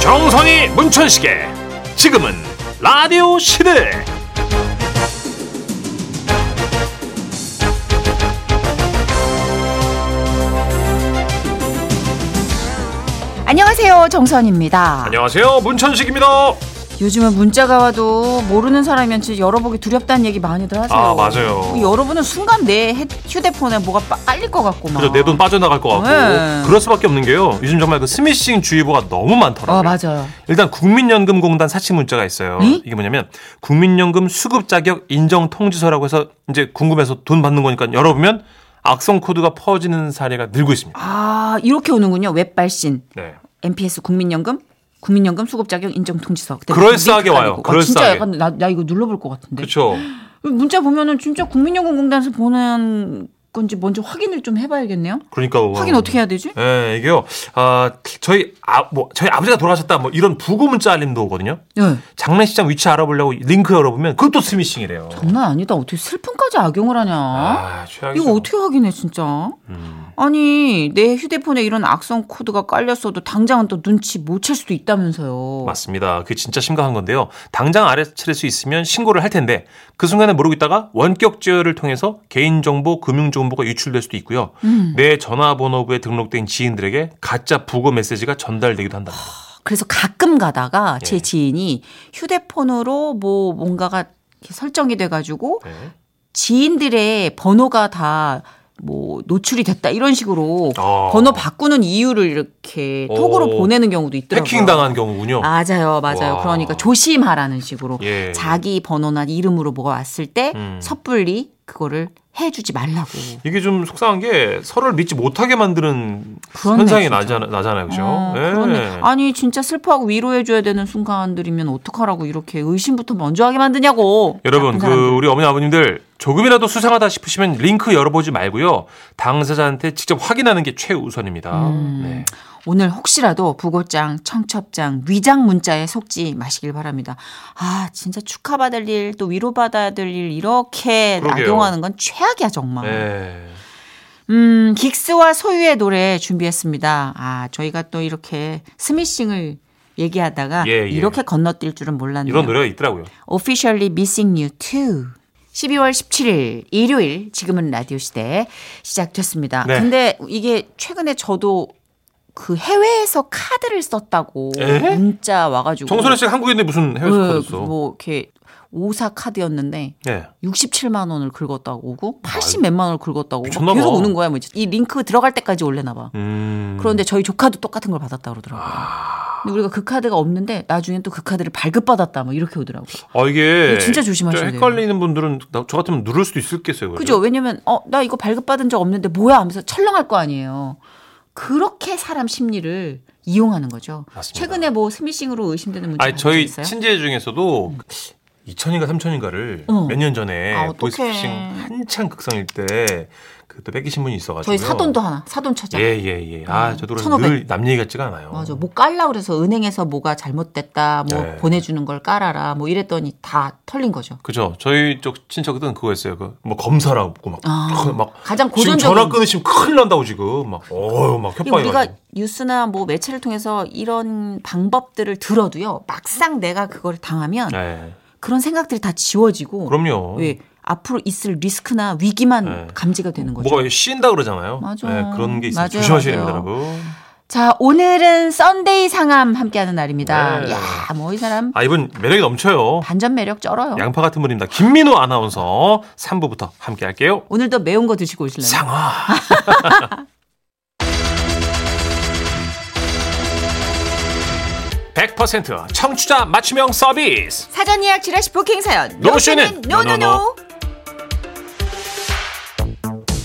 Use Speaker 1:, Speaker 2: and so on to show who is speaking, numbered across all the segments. Speaker 1: 정선이 문천식의 지금은 라디오 시대
Speaker 2: 안녕하세요 정선입니다.
Speaker 1: 안녕하세요 문천식입니다
Speaker 2: 요즘은 문자가 와도 모르는 사람이면 진짜 열어보기 두렵다는 얘기 많이들 하세요.
Speaker 1: 아, 맞아요.
Speaker 2: 여러분은 순간 내 헤- 휴대폰에 뭐가 빠- 깔릴 것 같고 막.
Speaker 1: 그래서 내 돈 빠져나갈 것 같고
Speaker 2: 네.
Speaker 1: 그럴 수밖에 없는 게요 요즘 정말 그 스미싱 주의보가 너무 많더라고요
Speaker 2: 아 네? 맞아요.
Speaker 1: 일단 국민연금공단 사치 문자가 있어요
Speaker 2: 응?
Speaker 1: 이게 뭐냐면 국민연금 수급 자격 인정 통지서라고 해서 이제 궁금해서 돈 받는 거니까 열어보면 악성 코드가 퍼지는 사례가 늘고 있습니다
Speaker 2: 아 이렇게 오는군요. 웹발신,
Speaker 1: 네.
Speaker 2: MPS 국민연금, 국민연금 수급자격 인정 통지서. 그때
Speaker 1: 그럴싸하게
Speaker 2: 링크
Speaker 1: 와요.
Speaker 2: 깔리고. 아, 진짜
Speaker 1: 그럴싸하게.
Speaker 2: 약간 나, 나 이거 눌러볼 것 같은데.
Speaker 1: 그렇죠
Speaker 2: 문자 보면은 진짜 국민연금공단에서 보낸 건지 먼저 확인을 좀 해봐야겠네요.
Speaker 1: 그러니까 뭐.
Speaker 2: 확인 어떻게 해야 되지?
Speaker 1: 예, 이게요. 아, 저희 아, 뭐 저희 아버지가 돌아가셨다 뭐 이런 부고 문자 알림도 오거든요.
Speaker 2: 네.
Speaker 1: 장례식장 위치 알아보려고 링크 열어보면 그것도 스미싱이래요.
Speaker 2: 장난 아니다. 어떻게 슬픔까지 악용을 하냐?
Speaker 1: 아, 최악이죠.
Speaker 2: 이거 어떻게 확인해 진짜?
Speaker 1: 음.
Speaker 2: 아니 내 휴대폰에 이런 악성 코드가 깔렸어도 당장은 또 눈치 못 챌 수도 있다면서요.
Speaker 1: 맞습니다. 그게 진짜 심각한 건데요. 당장 알아차릴 수 있으면 신고를 할 텐데 그 순간에 모르고 있다가 원격 제어를 통해서 개인정보, 금융정보가 유출될 수도 있고요.
Speaker 2: 음.
Speaker 1: 내 전화번호부에 등록된 지인들에게 가짜 부고 메시지가 전달되기도 한다.
Speaker 2: 그래서 가끔 가다가 제
Speaker 1: 예.
Speaker 2: 지인이 휴대폰으로 뭐 뭔가가 이렇게 설정이 돼가지고
Speaker 1: 네.
Speaker 2: 지인들의 번호가 다 뭐 노출이 됐다 이런 식으로
Speaker 1: 아.
Speaker 2: 번호 바꾸는 이유를 이렇게
Speaker 1: 오.
Speaker 2: 톡으로 보내는 경우도 있더라고요.
Speaker 1: 해킹 당한 경우군요.
Speaker 2: 맞아요, 맞아요.
Speaker 1: 와.
Speaker 2: 그러니까 조심하라는 식으로
Speaker 1: 예.
Speaker 2: 자기 번호나 이름으로 뭐가 왔을 때
Speaker 1: 음.
Speaker 2: 섣불리 그거를 해주지 말라고.
Speaker 1: 이게 좀 속상한 게 서로를 믿지 못하게 만드는
Speaker 2: 그렇네,
Speaker 1: 현상이
Speaker 2: 진짜.
Speaker 1: 나잖아, 나잖아요, 그죠?
Speaker 2: 어,
Speaker 1: 예.
Speaker 2: 그러네. 아니 진짜 슬퍼하고 위로해줘야 되는 순간들이면 어떡하라고 이렇게 의심부터 먼저 하게 만드냐고.
Speaker 1: 여러분,
Speaker 2: 나쁜
Speaker 1: 그
Speaker 2: 사람들.
Speaker 1: 우리 어머니 아버님들 조금이라도 수상하다 싶으시면 링크 열어보지 말고요. 당사자한테 직접 확인하는 게 최우선입니다.
Speaker 2: 음.
Speaker 1: 네.
Speaker 2: 오늘 혹시라도 부고장, 청첩장, 위장 문자에 속지 마시길 바랍니다. 아 진짜 축하받을 일, 또 위로받아야 될 일 이렇게
Speaker 1: 그러게요.
Speaker 2: 악용하는 건 최악이야 정말.
Speaker 1: 네.
Speaker 2: 음, 긱스와 소유의 노래 준비했습니다. 아, 저희가 또 이렇게 스미싱을 얘기하다가
Speaker 1: 예, 예.
Speaker 2: 이렇게 건너뛸 줄은 몰랐네요.
Speaker 1: 이런 노래가 있더라고요.
Speaker 2: 음. Officially Missing You Too. 12월 17일 일요일 지금은 라디오 시대 시작됐습니다.
Speaker 1: 네.
Speaker 2: 근데 이게 최근에 저도 그 해외에서 카드를 썼다고
Speaker 1: 에?
Speaker 2: 문자 와가지고
Speaker 1: 정선혜 씨가 한국인데 무슨 해외
Speaker 2: 네,
Speaker 1: 스포츠?
Speaker 2: 뭐 이렇게 오사 카드였는데
Speaker 1: 네.
Speaker 2: 67만 원을 긁었다고 오고 80 몇만 원을 긁었다고 막
Speaker 1: 미쳤나
Speaker 2: 계속
Speaker 1: 봐.
Speaker 2: 오는 거야. 뭐 이제 이 링크 들어갈 때까지 올래나 봐.
Speaker 1: 음.
Speaker 2: 그런데 저희 조카도 똑같은 걸 받았다 그러더라고요.
Speaker 1: 아.
Speaker 2: 근데 우리가 그 카드가 없는데 나중에 또 그 카드를 발급받았다 뭐 이렇게 오더라고. 요
Speaker 1: 아 이게
Speaker 2: 이거 진짜 조심하셔야
Speaker 1: 좀
Speaker 2: 돼요.
Speaker 1: 헷갈리는 분들은 나- 저 같으면 누를 수도 있겠어요.
Speaker 2: 그죠? 왜냐면 어 나 이거 발급받은 적 없는데 뭐야 하면서 철렁할 거 아니에요. 그렇게 사람 심리를 이용하는 거죠.
Speaker 1: 맞습니다.
Speaker 2: 최근에 뭐 스미싱으로 의심되는 문제
Speaker 1: 아니 저희
Speaker 2: 있어요? 음.
Speaker 1: 친지애 중에서도 2000인가 3000인가를
Speaker 2: 어.
Speaker 1: 몇 년 전에
Speaker 2: 아, 어떡해.
Speaker 1: 보이스피싱 한창 극성일 때그또 뺏기신 분이 있어가지고
Speaker 2: 저희 사돈도 하나 사돈 찾아.
Speaker 1: 예예예 아 저도 그래서
Speaker 2: 1500.
Speaker 1: 늘 남 얘기 같지가 않아요
Speaker 2: 맞아. 뭐 깔라 그래서 은행에서 뭐가 잘못됐다. 뭐
Speaker 1: 네.
Speaker 2: 보내주는 걸 깔아라. 뭐 이랬더니 다 털린 거죠.
Speaker 1: 그죠 저희 쪽 친척들은 그거였어요 그 뭐 검사라고 막,
Speaker 2: 아,
Speaker 1: 막
Speaker 2: 가장
Speaker 1: 지금 전화
Speaker 2: 고전적인
Speaker 1: 끊으시면 큰일 난다고 지금 막 어유 막
Speaker 2: 이게 우리가
Speaker 1: 협박해가지고
Speaker 2: 뉴스나 뭐 매체를 통해서 이런 방법들을 들어도요 막상 내가 그걸 당하면
Speaker 1: 네,
Speaker 2: 그런 생각들이 다 지워지고
Speaker 1: 그럼요
Speaker 2: 아, 어, 왜 앞으로 있을 리스크나 위기만
Speaker 1: 네.
Speaker 2: 감지가 되는 거죠.
Speaker 1: 뭐가 왜 씌인다 그러잖아요
Speaker 2: 맞아.
Speaker 1: 네, 그런 게 있어요
Speaker 2: 맞아요,
Speaker 1: 조심하셔야
Speaker 2: 맞아요.
Speaker 1: 됩니다 여러분
Speaker 2: 자 오늘은 썬데이 상암 함께하는 날입니다.
Speaker 1: 네.
Speaker 2: 야 뭐 이 사람
Speaker 1: 아 이분 매력이 넘쳐요
Speaker 2: 반전 매력 쩔어요.
Speaker 1: 양파 같은 분입니다. 김민호 아나운서 3부부터 함께 할게요.
Speaker 2: 오늘도 매운 거 드시고 오실래요?
Speaker 1: 상화. (100%) 청취자 맞춤형 서비스
Speaker 2: 사전 예약 지라시 부킹 사연.
Speaker 1: 노쇼는
Speaker 2: 노노노.
Speaker 1: 노노노.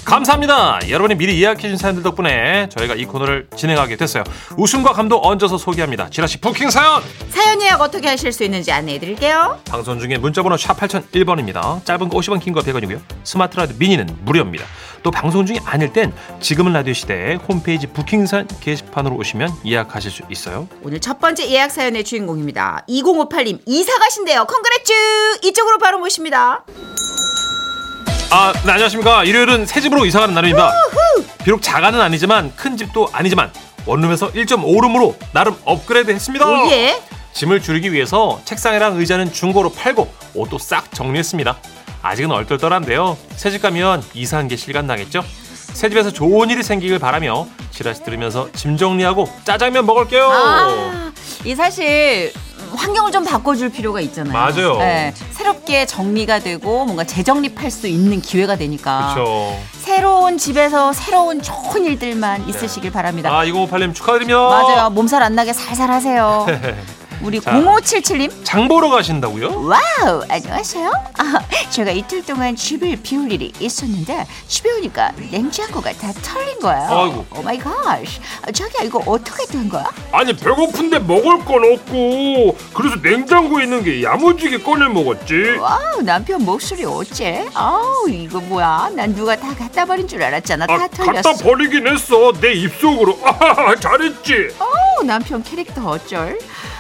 Speaker 1: 감사합니다 여러분이 미리 예약해준 사연들 덕분에 저희가 이 코너를 진행하게 됐어요 웃음과 감도 얹어서 소개합니다 지라시 부킹 사연
Speaker 2: 사연 예약 어떻게 하실 수 있는지 안내해 드릴게요.
Speaker 1: 방송 중에 문자번호 샵 8001번입니다. 짧은 거 50원, 긴 거 100원이고요. 스마트 라디오 미니는 무료입니다. 또 방송 중이 아닐 땐 지금은 라디오 시대에 홈페이지 부킹산 게시판으로 오시면 예약하실 수 있어요.
Speaker 2: 오늘 첫 번째 예약 사연의 주인공입니다. 2058님 이사 가신대요. 컨그레츠 이쪽으로 바로 모십니다.
Speaker 1: 아, 네, 안녕하십니까. 일요일은 새 집으로 이사가는 날입니다. 비록 자가는 아니지만 큰 집도 아니지만 원룸에서 1.5룸으로 나름 업그레이드 했습니다.
Speaker 2: 오예.
Speaker 1: 짐을 줄이기 위해서 책상이랑 의자는 중고로 팔고 옷도 싹 정리했습니다. 아직은 얼떨떨한데요. 새집 가면 이사한 게 실감 나겠죠? 새집에서 좋은 일이 생기길 바라며 지라시 들으면서 짐 정리하고 짜장면 먹을게요.
Speaker 2: 아, 이 사실 음, 환경을 좀 바꿔줄 필요가 있잖아요.
Speaker 1: 맞아요.
Speaker 2: 예, 새롭게 정리가 되고 뭔가 재정립할 수 있는 기회가 되니까.
Speaker 1: 그렇죠.
Speaker 2: 새로운 집에서 새로운 좋은 일들만 있으시길 바랍니다.
Speaker 1: 아 이거 팔림 축하드리며.
Speaker 2: 맞아요. 몸살 안 나게 살살 하세요. 우리
Speaker 1: 자.
Speaker 2: 0577님.
Speaker 1: 장 보러 가신다고요?
Speaker 2: 와우, 안녕하세요. 아, 제가 이틀 동안 집을 비울 일이 있었는데 집에 오니까 냉장고가 다 털린 거예요. Oh
Speaker 1: 아이고.
Speaker 2: 오 마이 갓. 아, 자기야 이거 어떻게 된 거야?
Speaker 3: 아니 배고픈데 먹을 건 없고 그래서 냉장고에 있는 게 야무지게 꺼내 먹었지
Speaker 2: 와우 남편 목소리 어째? 아우 이거 뭐야? 난 누가 다 갖다 버린 줄 알았잖아. 다
Speaker 3: 아
Speaker 2: 털렸어.
Speaker 3: 갖다 버리긴 했어 내 입속으로 아하하 잘했지
Speaker 2: 아우 뭐 남편 캐릭터 어쩔?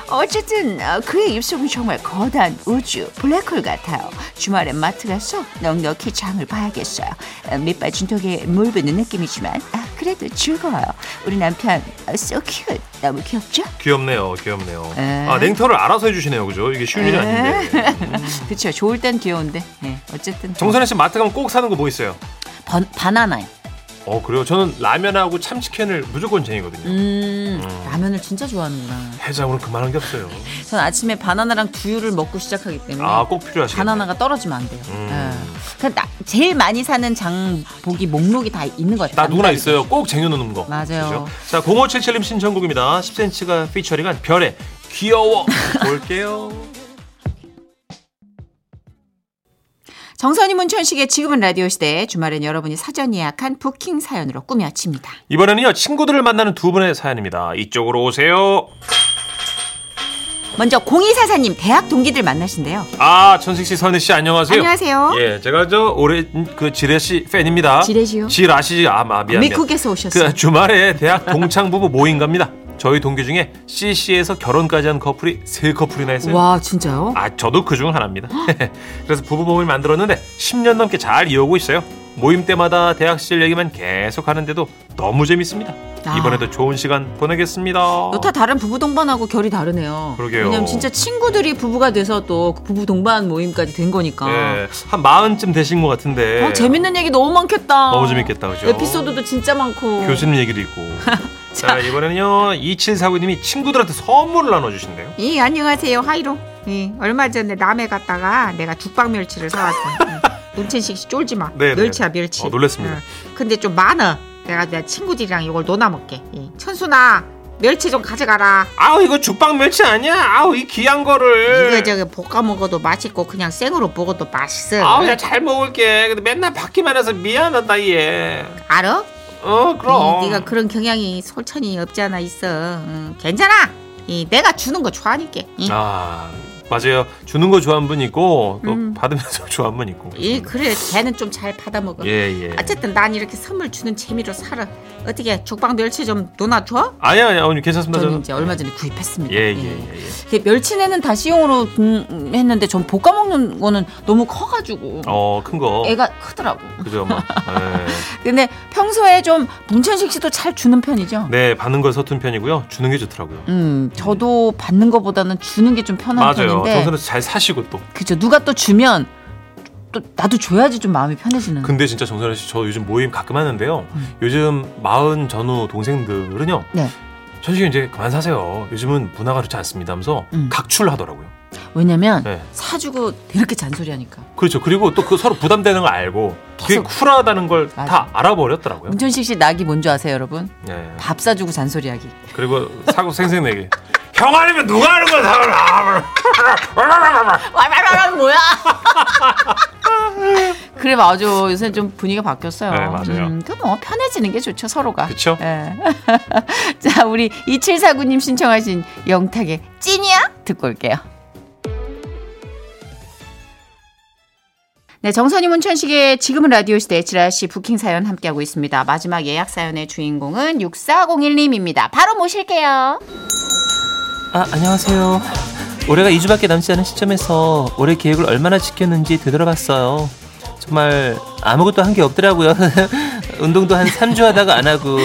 Speaker 2: 어쨌든 어, 그의 입속은 정말 거대한 우주 블랙홀 같아요. 주말엔 마트 가서 넉넉히 장을 봐야겠어요. 어, 밑바 진통에 물 붓는 느낌이지만 아, 그래도 즐거워요. 우리 남편 어, so cute 너무 귀엽죠?
Speaker 1: 음. 귀엽네요, 귀엽네요.
Speaker 2: 에.
Speaker 1: 아 냉터를 알아서 해주시네요, 그죠? 이게 쉬운 일이
Speaker 2: 에.
Speaker 1: 아닌데.
Speaker 2: 그렇죠. 좋을 땐 귀여운데 예, 어쨌든
Speaker 1: 정선혜 씨 마트 가면 꼭 사는 거 뭐 있어요?
Speaker 2: 번- 바나나요.
Speaker 1: 어 그래요. 저는 라면하고 참치캔을 무조건 쟁이거든요.
Speaker 2: 음, 라면을 진짜 좋아하는구나.
Speaker 1: 해장으로 그만한 게 없어요.
Speaker 2: 전 아침에 바나나랑 두유를 먹고 시작하기 때문에
Speaker 1: 아 꼭 필요하시죠.
Speaker 2: 바나나가 떨어지면 안 돼요.
Speaker 1: 음.
Speaker 2: 예. 그 나- 제일 많이 사는 장복이 목록이 다 있는 것 같아요.
Speaker 1: 나 누구나 있어요. 꼭 쟁여놓는 거.
Speaker 2: 맞아요.
Speaker 1: 그죠? 자, 0577님 신청곡입니다. 10cm가 피처링한 별의 귀여워. 볼게요.
Speaker 2: 정선이 문천식의 지금은 라디오 시대 주말엔 여러분이 사전 예약한 부킹 사연으로 꾸며칩니다.
Speaker 1: 이번에는요, 친구들을 만나는 두 분의 사연입니다. 이쪽으로 오세요.
Speaker 2: 먼저 공이사사님 대학 동기들 만나신대요.
Speaker 1: 아, 천식 씨, 선혜 씨, 안녕하세요.
Speaker 2: 안녕하세요.
Speaker 1: 예, 제가 저 올해 그 지레 씨 팬입니다.
Speaker 2: 지레시요?
Speaker 1: 지라 씨, 아, 마, 미안. 미안.
Speaker 2: 미국에서 오셨어요.
Speaker 1: 그 주말에 대학 동창 부부 모임 갑니다. 저희 동기 중에 CC에서 결혼까지 한 커플이 세 커플이나 했어요.
Speaker 2: 와 진짜요?
Speaker 1: 아 저도 그 중 하나입니다. 그래서 부부 모임을 만들었는데 10년 넘게 잘 이어오고 있어요. 모임 때마다 대학 시절 얘기만 계속 하는데도 너무 재밌습니다.
Speaker 2: 아.
Speaker 1: 이번에도 좋은 시간 보내겠습니다.
Speaker 2: 여타 다른 부부 동반하고 결이 다르네요.
Speaker 1: 어. 그러게요.
Speaker 2: 왜냐면 진짜 친구들이 부부가 돼서 또그 부부 동반 모임까지 된 거니까.
Speaker 1: 예, 한 마흔쯤 되신 것 같은데.
Speaker 2: 아, 재밌는 얘기 너무 많겠다.
Speaker 1: 예. 너무 재밌겠다, 그죠?
Speaker 2: 에피소드도 진짜 많고.
Speaker 1: 교수님 얘기도 있고. 자, 이번에는요 2749님이 친구들한테 선물을 나눠주신대요.
Speaker 4: 이 예, 안녕하세요 하이로. 예, 얼마 전에 남해 갔다가 내가 죽방 멸치를 사왔어. 예. 문천식 씨 쫄지 마.
Speaker 1: 네, 네.
Speaker 4: 멸치야 멸치.
Speaker 1: 어, 놀랬습니다.
Speaker 4: 예. 근데 좀 많아. 내가 내 친구들이랑 이걸 논아 먹게. 예. 천순아 멸치 좀 가져가라.
Speaker 1: 아우 이거 죽빵 멸치 아니야? 아우 이 귀한 거를.
Speaker 4: 이거 저기 볶아 먹어도 맛있고 그냥 생으로 먹어도 맛있어.
Speaker 1: 아우 나 잘 먹을게. 근데 맨날 받기만 해서 미안하다 얘.
Speaker 4: 알아?
Speaker 1: 어 그럼.
Speaker 4: 이, 네가 그런 경향이 솔찬히 없지 않아 있어. 응, 괜찮아. 이 내가 주는 거 좋아하니까. 예.
Speaker 1: 아 맞아요 주는 거 좋아하는 분 있고 또
Speaker 4: 음.
Speaker 1: 받으면서 좋아하는 분 있고 음.
Speaker 4: 예, 그래 걔는 좀 잘 받아 먹어.
Speaker 1: 예예
Speaker 4: 어쨌든 난 이렇게 선물 주는 재미로 살아. 어떻게 죽방 멸치 좀 논아줘?
Speaker 1: 아니야 아니야 어머니 괜찮습니다
Speaker 2: 저는 이제 얼마 전에 구입했습니다.
Speaker 1: 예예예
Speaker 2: 그 멸치내는 다시용으로 음, 했는데 전 볶아 먹는 거는 너무 커가지고
Speaker 1: 어큰거
Speaker 2: 애가 크더라고.
Speaker 1: 그죠 예. 막
Speaker 2: 근데 평소에 좀 문천식 씨도 잘 주는 편이죠.
Speaker 1: 네 받는 걸 서툰 편이고요 주는 게 좋더라고요
Speaker 2: 음, 저도 받는 거보다는 주는 게 좀 편한
Speaker 1: 네. 맞아요
Speaker 2: 편인데,
Speaker 1: 정선은 잘 사시고 또
Speaker 2: 그죠? 누가 또 주면 또 나도 줘야지 좀 마음이 편해지는.
Speaker 1: 근데 진짜 정선혜 씨저 요즘 모임 가끔 하는데요 요즘 마흔 전후 동생들은요
Speaker 2: 네.
Speaker 1: 천식이 이제 그만 사세요 요즘은 문화가 좋지 않습니다 하면서
Speaker 2: 음.
Speaker 1: 각출하더라고요
Speaker 2: 왜냐면
Speaker 1: 네.
Speaker 2: 사주고 이렇게 잔소리하니까.
Speaker 1: 그렇죠 그리고 또 그 서로 부담되는 걸 알고 그게
Speaker 2: 계속.
Speaker 1: 쿨하다는 걸 다
Speaker 2: 맞아. 음.
Speaker 1: 알아버렸더라고요
Speaker 2: 문천식 씨 낙이 뭔지 아세요, 여러분?
Speaker 1: 예.
Speaker 2: 밥 사주고 잔소리하기.
Speaker 1: 그리고 사고 생생내기. 형 아니면 누가 하는 거야? 사람.
Speaker 2: 와라라라 뭐야? 그래 맞아 요새 좀 분위기가 바뀌었어요. 음,
Speaker 1: 네, 맞아요.
Speaker 2: 그뭐 편해지는 게 좋죠 서로가.
Speaker 1: 그쵸?
Speaker 2: 예. 자 우리 2749님 신청하신 영탁의 찐이야 듣고 올게요. 네, 정선이 문천식의 지금은 라디오 시대 지라시 부킹 사연 함께하고 있습니다. 마지막 예약 사연의 주인공은 6401님입니다. 바로 모실게요.
Speaker 5: 아, 안녕하세요. 올해가 2주밖에 남지 않은 시점에서 올해 계획을 얼마나 지켰는지 되돌아봤어요. 정말 아무것도 한 게 없더라고요. 운동도 한 3주 하다가 안 하고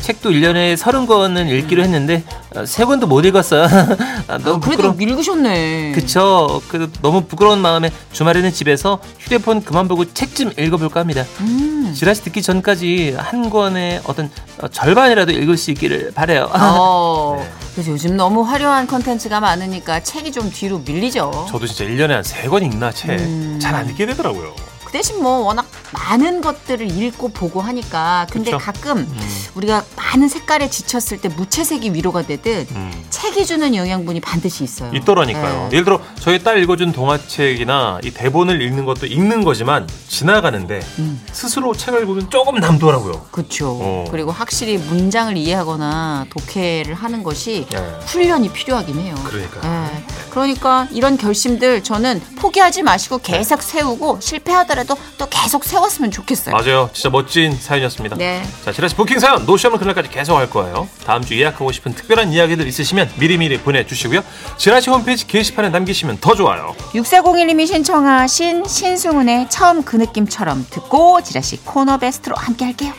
Speaker 5: 책도 1년에 30권은 읽기로 했는데 어, 3권도 못 읽었어요. 아, 너무
Speaker 2: 그래도
Speaker 5: 부끄러워.
Speaker 2: 읽으셨네.
Speaker 5: 그쵸. 그 너무 부끄러운 마음에 주말에는 집에서 휴대폰 그만 보고 책 좀 읽어볼까 합니다.
Speaker 2: 음.
Speaker 5: 지라시 듣기 전까지 한 권의 어떤 어, 절반이라도 읽을 수 있기를 바래요.
Speaker 1: 아.
Speaker 2: 어,
Speaker 1: 네.
Speaker 2: 그래서 요즘 너무 화려한 컨텐츠가 많으니까 책이 좀 뒤로 밀리죠.
Speaker 1: 저도 진짜 1년에 한 3권 읽나 채 잘
Speaker 2: 음.
Speaker 1: 안 읽게 되더라고요.
Speaker 2: 그 대신 뭐 워낙 많은 것들을 읽고 보고 하니까 근데
Speaker 1: 그쵸. 음.
Speaker 2: 가끔 우리가 많은 색깔에 지쳤을 때 무채색이 위로가 되듯
Speaker 1: 음.
Speaker 2: 책이 주는 영양분이 반드시 있어요.
Speaker 1: 있더라니까요.
Speaker 2: 네.
Speaker 1: 예를 들어 저희 딸 읽어준 동화책이나 이 대본을 읽는 것도 읽는 거지만 지나가는데
Speaker 2: 음.
Speaker 1: 스스로 책을 보면 조금 남더라고요.
Speaker 2: 그렇죠.
Speaker 1: 어.
Speaker 2: 그리고 확실히 문장을 이해하거나 독해를 하는 것이
Speaker 1: 예.
Speaker 2: 훈련이 필요하긴 해요.
Speaker 1: 그러니까.
Speaker 2: 예. 그러니까 이런 결심들 저는 포기하지 마시고
Speaker 1: 네.
Speaker 2: 계속 세우고 실패하더라도 또 계속 세웠으면 좋겠어요.
Speaker 1: 맞아요. 진짜 멋진 사연이었습니다.
Speaker 2: 네.
Speaker 1: 자, 지라시 부킹 사연 노시험은 그날까지 계속할 거예요. 다음 주 예약하고 싶은 특별한 이야기들 있으시면 미리미리 보내주시고요. 지라시 홈페이지 게시판에 남기시면 더 좋아요.
Speaker 2: 6401님이 신청하신 신승훈의 처음 그 느낌처럼 듣고 지라시 코너 베스트로 함께 할게요.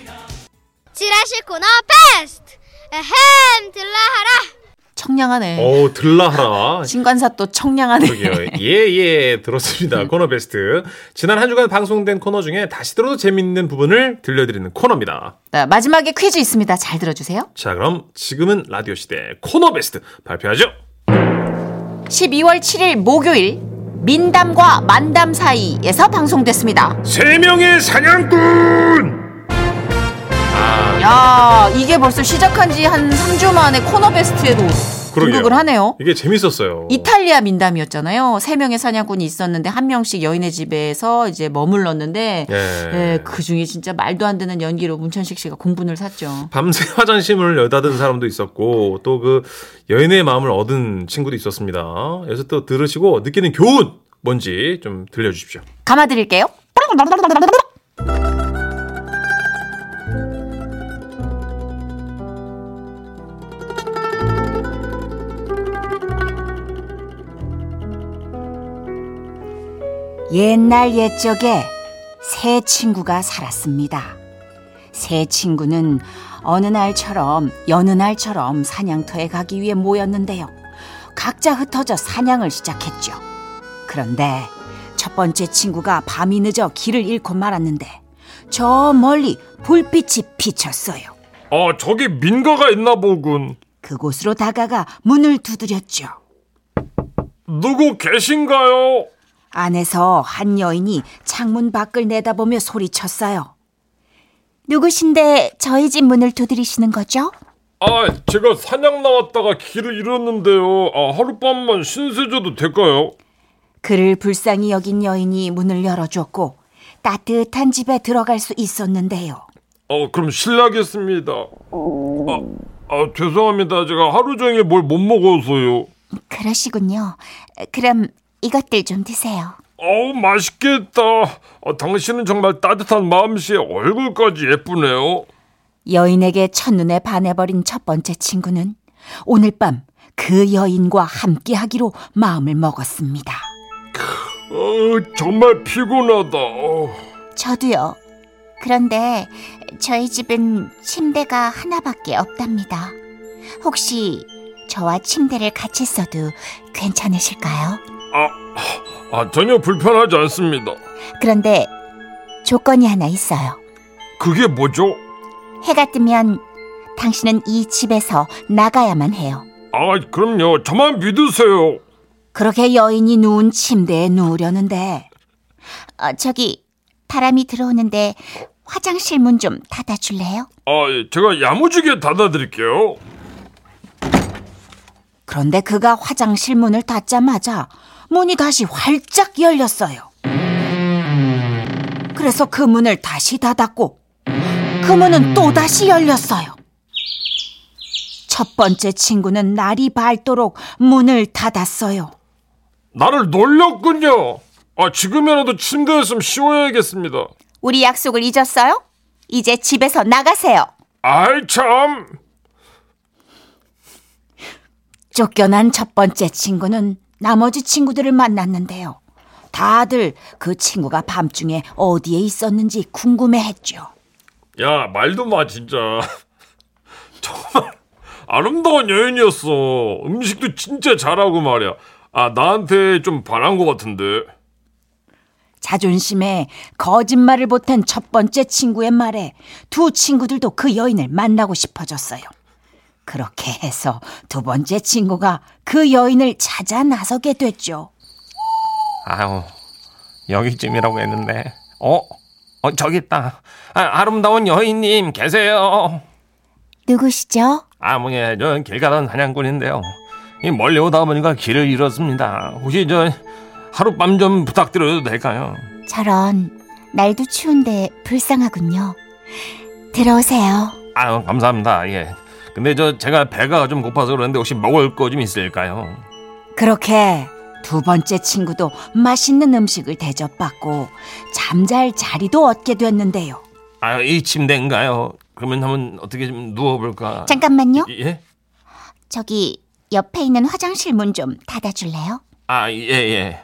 Speaker 6: 지라시 코너 베스트! 에헴! 들라하라!
Speaker 2: 청량하네.
Speaker 1: 오, 들라하라.
Speaker 2: 신관사 또 청량하네.
Speaker 1: 어. 그러게요. 예, 예, 들었습니다.
Speaker 2: 음.
Speaker 1: 코너 베스트. 지난 한 주간 방송된 코너 중에 다시 들어도 재밌는 부분을 들려드리는 코너입니다.
Speaker 2: 네, 마지막에 퀴즈 있습니다. 잘 들어주세요.
Speaker 1: 자, 그럼 지금은 라디오 시대 코너 베스트 발표하죠.
Speaker 2: 12월 7일 목요일 민담과 만담 사이에서 방송됐습니다.
Speaker 3: 세 명의 사냥꾼
Speaker 2: 야, 이게 벌써 시작한 지 한 3주 만에 코너 베스트에도
Speaker 1: 그러게요.
Speaker 2: 등극을 하네요.
Speaker 1: 이게 재밌었어요.
Speaker 2: 이탈리아 민담이었잖아요. 세 명의 사냥꾼이 있었는데 한 명씩 여인의 집에서 이제 머물렀는데
Speaker 1: 예.
Speaker 2: 예, 그 중에 진짜 말도 안 되는 연기로 문천식 씨가 공분을 샀죠.
Speaker 1: 밤새 화장심을 여닫은 사람도 있었고 또 그 여인의 마음을 얻은 친구도 있었습니다. 그래서 또 들으시고 느끼는 교훈 뭔지 좀 들려주십시오.
Speaker 2: 감아 드릴게요. 옛날 옛적에 세 친구가 살았습니다. 세 친구는 어느 날처럼 여느 날처럼 사냥터에 가기 위해 모였는데요. 각자 흩어져 사냥을 시작했죠. 그런데 첫 번째 친구가 밤이 늦어 길을 잃고 말았는데 저 멀리 불빛이 비쳤어요.
Speaker 3: 아 저기 민가가 있나 보군
Speaker 2: 그곳으로 다가가 문을 두드렸죠.
Speaker 3: 누구 계신가요?
Speaker 2: 안에서 한 여인이 창문 밖을 내다보며 소리쳤어요. 누구신데 저희 집 문을 두드리시는 거죠?
Speaker 3: 아 제가 사냥 나왔다가 길을 잃었는데요 아 하룻밤만 신세 줘도 될까요?
Speaker 2: 그를 불쌍히 여긴 여인이 문을 열어줬고 따뜻한 집에 들어갈 수 있었는데요.
Speaker 3: 어 그럼 실례하겠습니다 아, 아 죄송합니다 제가 하루 종일 뭘 못 먹어서요
Speaker 2: 그러시군요. 그럼 이것들 좀 드세요.
Speaker 3: 어우 맛있겠다 아, 당신은 정말 따뜻한 마음씨에 얼굴까지 예쁘네요
Speaker 2: 여인에게 첫눈에 반해버린 첫 번째 친구는 오늘 밤 그 여인과 함께 하기로 마음을 먹었습니다.
Speaker 3: 어 정말 피곤하다 어.
Speaker 2: 저도요. 그런데 저희 집은 침대가 하나밖에 없답니다. 혹시 저와 침대를 같이 써도 괜찮으실까요?
Speaker 3: 아, 아 전혀 불편하지 않습니다.
Speaker 2: 그런데 조건이 하나 있어요.
Speaker 3: 그게 뭐죠?
Speaker 2: 해가 뜨면 당신은 이 집에서 나가야만 해요.
Speaker 3: 아 그럼요. 저만 믿으세요.
Speaker 2: 그렇게 여인이 누운 침대에 누우려는데 어, 저기 바람이 들어오는데 화장실 문 좀 닫아줄래요?
Speaker 3: 아 예, 제가 야무지게 닫아드릴게요.
Speaker 2: 그런데 그가 화장실 문을 닫자마자 문이 다시 활짝 열렸어요. 그래서 그 문을 다시 닫았고 그 문은 또 다시 열렸어요. 첫 번째 친구는 날이 밝도록 문을 닫았어요.
Speaker 3: 나를 놀렸군요. 아 지금이라도 침대에 좀 쉬어야겠습니다.
Speaker 2: 우리 약속을 잊었어요? 이제 집에서 나가세요.
Speaker 3: 아이 참.
Speaker 2: 쫓겨난 첫 번째 친구는 나머지 친구들을 만났는데요. 다들 그 친구가 밤중에 어디에 있었는지 궁금해했죠.
Speaker 3: 야 말도 마 진짜. 정말 아름다운 여인이었어. 음식도 진짜 잘하고 말이야. 아, 나한테 좀 반한 것 같은데.
Speaker 2: 자존심에 거짓말을 못한 첫 번째 친구의 말에 두 친구들도 그 여인을 만나고 싶어졌어요. 그렇게 해서 두 번째 친구가 그 여인을 찾아 나서게 됐죠.
Speaker 5: 아우 여기쯤이라고 했는데 어? 어 저기 있다 아, 아름다운 여인님 계세요
Speaker 2: 누구시죠?
Speaker 5: 아뭐니 저길 가던 사냥꾼인데요 이 멀리 오다 보니까 길을 잃었습니다 혹시 저 하룻밤 좀 부탁드려도 될까요?
Speaker 2: 저런, 날도 추운데 불쌍하군요. 들어오세요.
Speaker 5: 아유 감사합니다 예 근데 저 제가 배가 좀 고파서 그러는데 혹시 먹을 거 좀 있을까요?
Speaker 2: 그렇게 두 번째 친구도 맛있는 음식을 대접받고 잠잘 자리도 얻게 됐는데요.
Speaker 5: 아 이 침대인가요? 그러면 한번 어떻게 좀 누워볼까?
Speaker 2: 잠깐만요.
Speaker 5: 예?
Speaker 2: 저기 옆에 있는 화장실 문 좀 닫아줄래요?
Speaker 5: 아 예 예.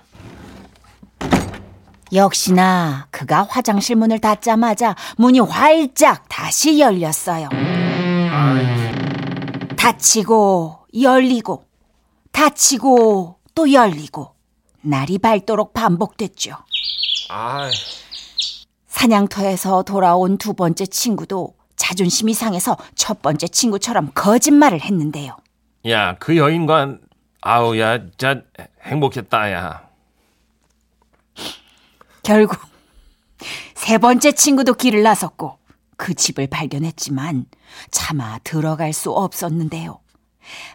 Speaker 2: 역시나 그가 화장실 문을 닫자마자 문이 활짝 다시 열렸어요. 닫히고 열리고 닫히고 또 열리고 날이 밝도록 반복됐죠.
Speaker 5: 아
Speaker 2: 사냥터에서 돌아온 두 번째 친구도 자존심이 상해서 첫 번째 친구처럼 거짓말을 했는데요.
Speaker 5: 야, 그 여인과 아우 야, 진짜 행복했다 야.
Speaker 2: 결국 세 번째 친구도 길을 나섰고 그 집을 발견했지만 차마 들어갈 수 없었는데요.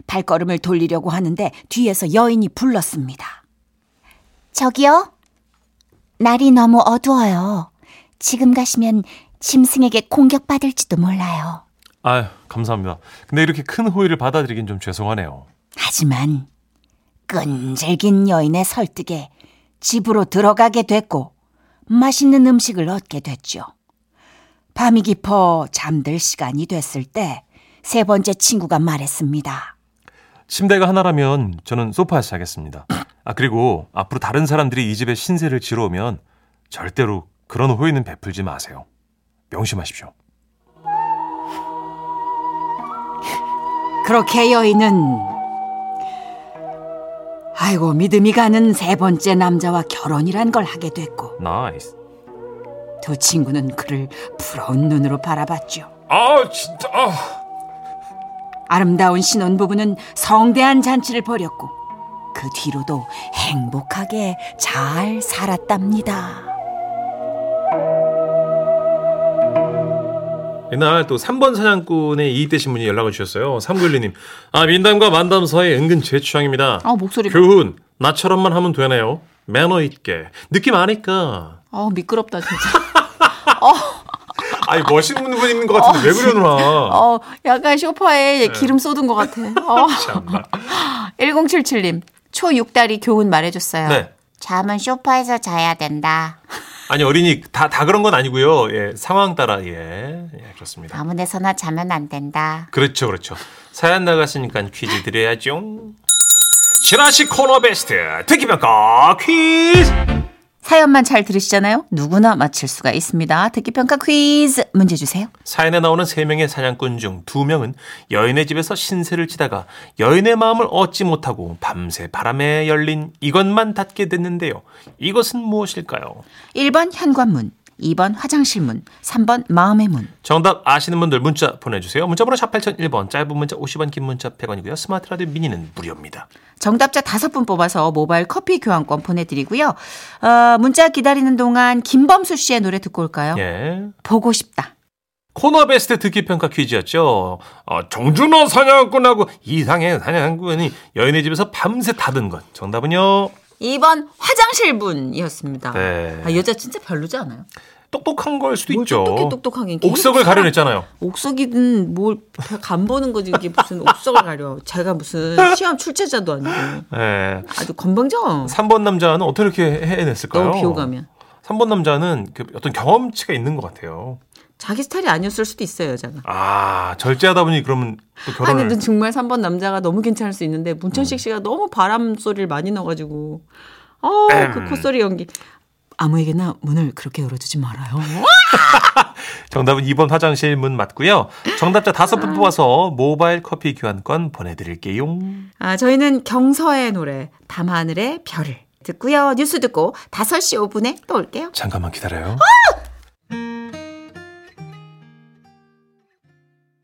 Speaker 2: 발걸음을 돌리려고 하는데 뒤에서 여인이 불렀습니다. 저기요. 날이 너무 어두워요. 지금 가시면 짐승에게 공격받을지도 몰라요.
Speaker 1: 아유, 감사합니다. 근데 이렇게 큰 호의를 받아들이긴 좀 죄송하네요.
Speaker 2: 하지만 끈질긴 여인의 설득에 집으로 들어가게 됐고 맛있는 음식을 얻게 됐죠. 밤이 깊어 잠들 시간이 됐을 때 세 번째 친구가 말했습니다.
Speaker 1: 침대가 하나라면 저는 소파에서 자겠습니다. 아, 그리고 앞으로 다른 사람들이 이 집에 신세를 지러 오면 절대로 그런 호의는 베풀지 마세요. 명심하십시오.
Speaker 2: 그렇게 여인은 아이고 믿음이 가는 세 번째 남자와 결혼이란 걸 하게 됐고
Speaker 1: 나이스.
Speaker 2: 두 친구는 그를 부러운 눈으로 바라봤죠.
Speaker 3: 아, 진짜. 아,
Speaker 2: 아름다운 신혼부부는 성대한 잔치를 벌였고 그 뒤로도 행복하게 잘 살았답니다.
Speaker 1: 이날 또 3번 사냥꾼의 이입되신 분이 연락을 주셨어요. 391님. 아, 민담과 만담 사이 은근 제 취향입니다.
Speaker 4: 아, 목소리.
Speaker 1: 교훈. 나처럼만 하면 되네요. 매너 있게. 느낌 아니까.
Speaker 4: 어, 미끄럽다, 진짜.
Speaker 1: 아니, 멋있는 분 있는 것 같은데 왜 그래, 누나.
Speaker 4: 어, 약간 쇼파에 기름 쏟은 것 같아. 어.
Speaker 1: 참나.
Speaker 4: 1077님, 초6달이 교훈 말해줬어요.
Speaker 1: 네.
Speaker 4: 잠은 쇼파에서 자야 된다.
Speaker 1: 아니, 어린이 다, 다 그런 건 아니고요. 예, 상황 따라, 예. 예, 그렇습니다.
Speaker 4: 아무 데서나 자면 안 된다.
Speaker 1: 그렇죠, 그렇죠. 사연 나갔으니까 퀴즈 드려야죠. 지라시 코너 베스트 특기평가 퀴즈!
Speaker 4: 사연만 잘 들으시잖아요? 누구나 맞힐 수가 있습니다. 듣기평가 퀴즈 문제 주세요.
Speaker 1: 사연에 나오는 세명의 사냥꾼 중 두명은 여인의 집에서 신세를 지다가 여인의 마음을 얻지 못하고 밤새 바람에 열린 이것만 닿게 됐는데요. 이것은 무엇일까요?
Speaker 4: 1번 현관문, 2번 화장실 문, 3번 마음의 문.
Speaker 1: 정답 아시는 분들 문자 보내주세요. 문자번호 샵 8001번, 짧은 문자 50원, 긴 문자 100원이고요. 스마트 라디오 미니는 무료입니다.
Speaker 4: 정답자 5분 뽑아서 모바일 커피 교환권 보내드리고요. 어, 문자 기다리는 동안 김범수 씨의 노래 듣고 올까요?
Speaker 1: 예.
Speaker 4: 보고 싶다.
Speaker 1: 코너 베스트 듣기 평가 퀴즈였죠. 어,
Speaker 3: 정준호 사냥꾼하고
Speaker 1: 정하고 이상해 사냥꾼이 여인의 집에서 밤새 닫은 것. 정답은요.
Speaker 4: 2번 화장실 문이었습니다.
Speaker 1: 네.
Speaker 4: 아, 여자 진짜 별로지 않아요?
Speaker 1: 똑똑한 걸 수도
Speaker 4: 뭘
Speaker 1: 있죠.
Speaker 4: 똑똑해 똑똑하긴.
Speaker 1: 옥석을 가려냈잖아요.
Speaker 4: 옥석이든 뭘 간 보는 거지 이게 무슨 옥석을 가려. 제가 무슨 시험 출제자도 아니고
Speaker 1: 예.
Speaker 4: 아주 건방져.
Speaker 1: 3번 남자는 어떻게 이렇게 해냈을까요?
Speaker 4: 너무 비호감이야.
Speaker 1: 3번 남자는 그 어떤 경험치가 있는 것 같아요.
Speaker 4: 자기 스타일이 아니었을 수도 있어요 여자가.
Speaker 1: 아, 절제하다 보니 그러면 또
Speaker 4: 아니
Speaker 1: 결혼을. 음.
Speaker 4: 근데 정말 3번 남자가 너무 괜찮을 수 있는데 문천식 씨가 너무 바람 소리를 많이 넣어가지고 그 어그 콧소리 연기 아무에게나 문을 그렇게 열어주지 말아요.
Speaker 1: 정답은 2번 화장실 문 맞고요. 정답자 5분 뽑아서 모바일 커피 교환권 보내드릴게요.
Speaker 2: 아, 저희는 경서의 노래 밤하늘의 별을 듣고요. 뉴스 듣고 5시 5분에 또 올게요.
Speaker 1: 잠깐만 기다려요.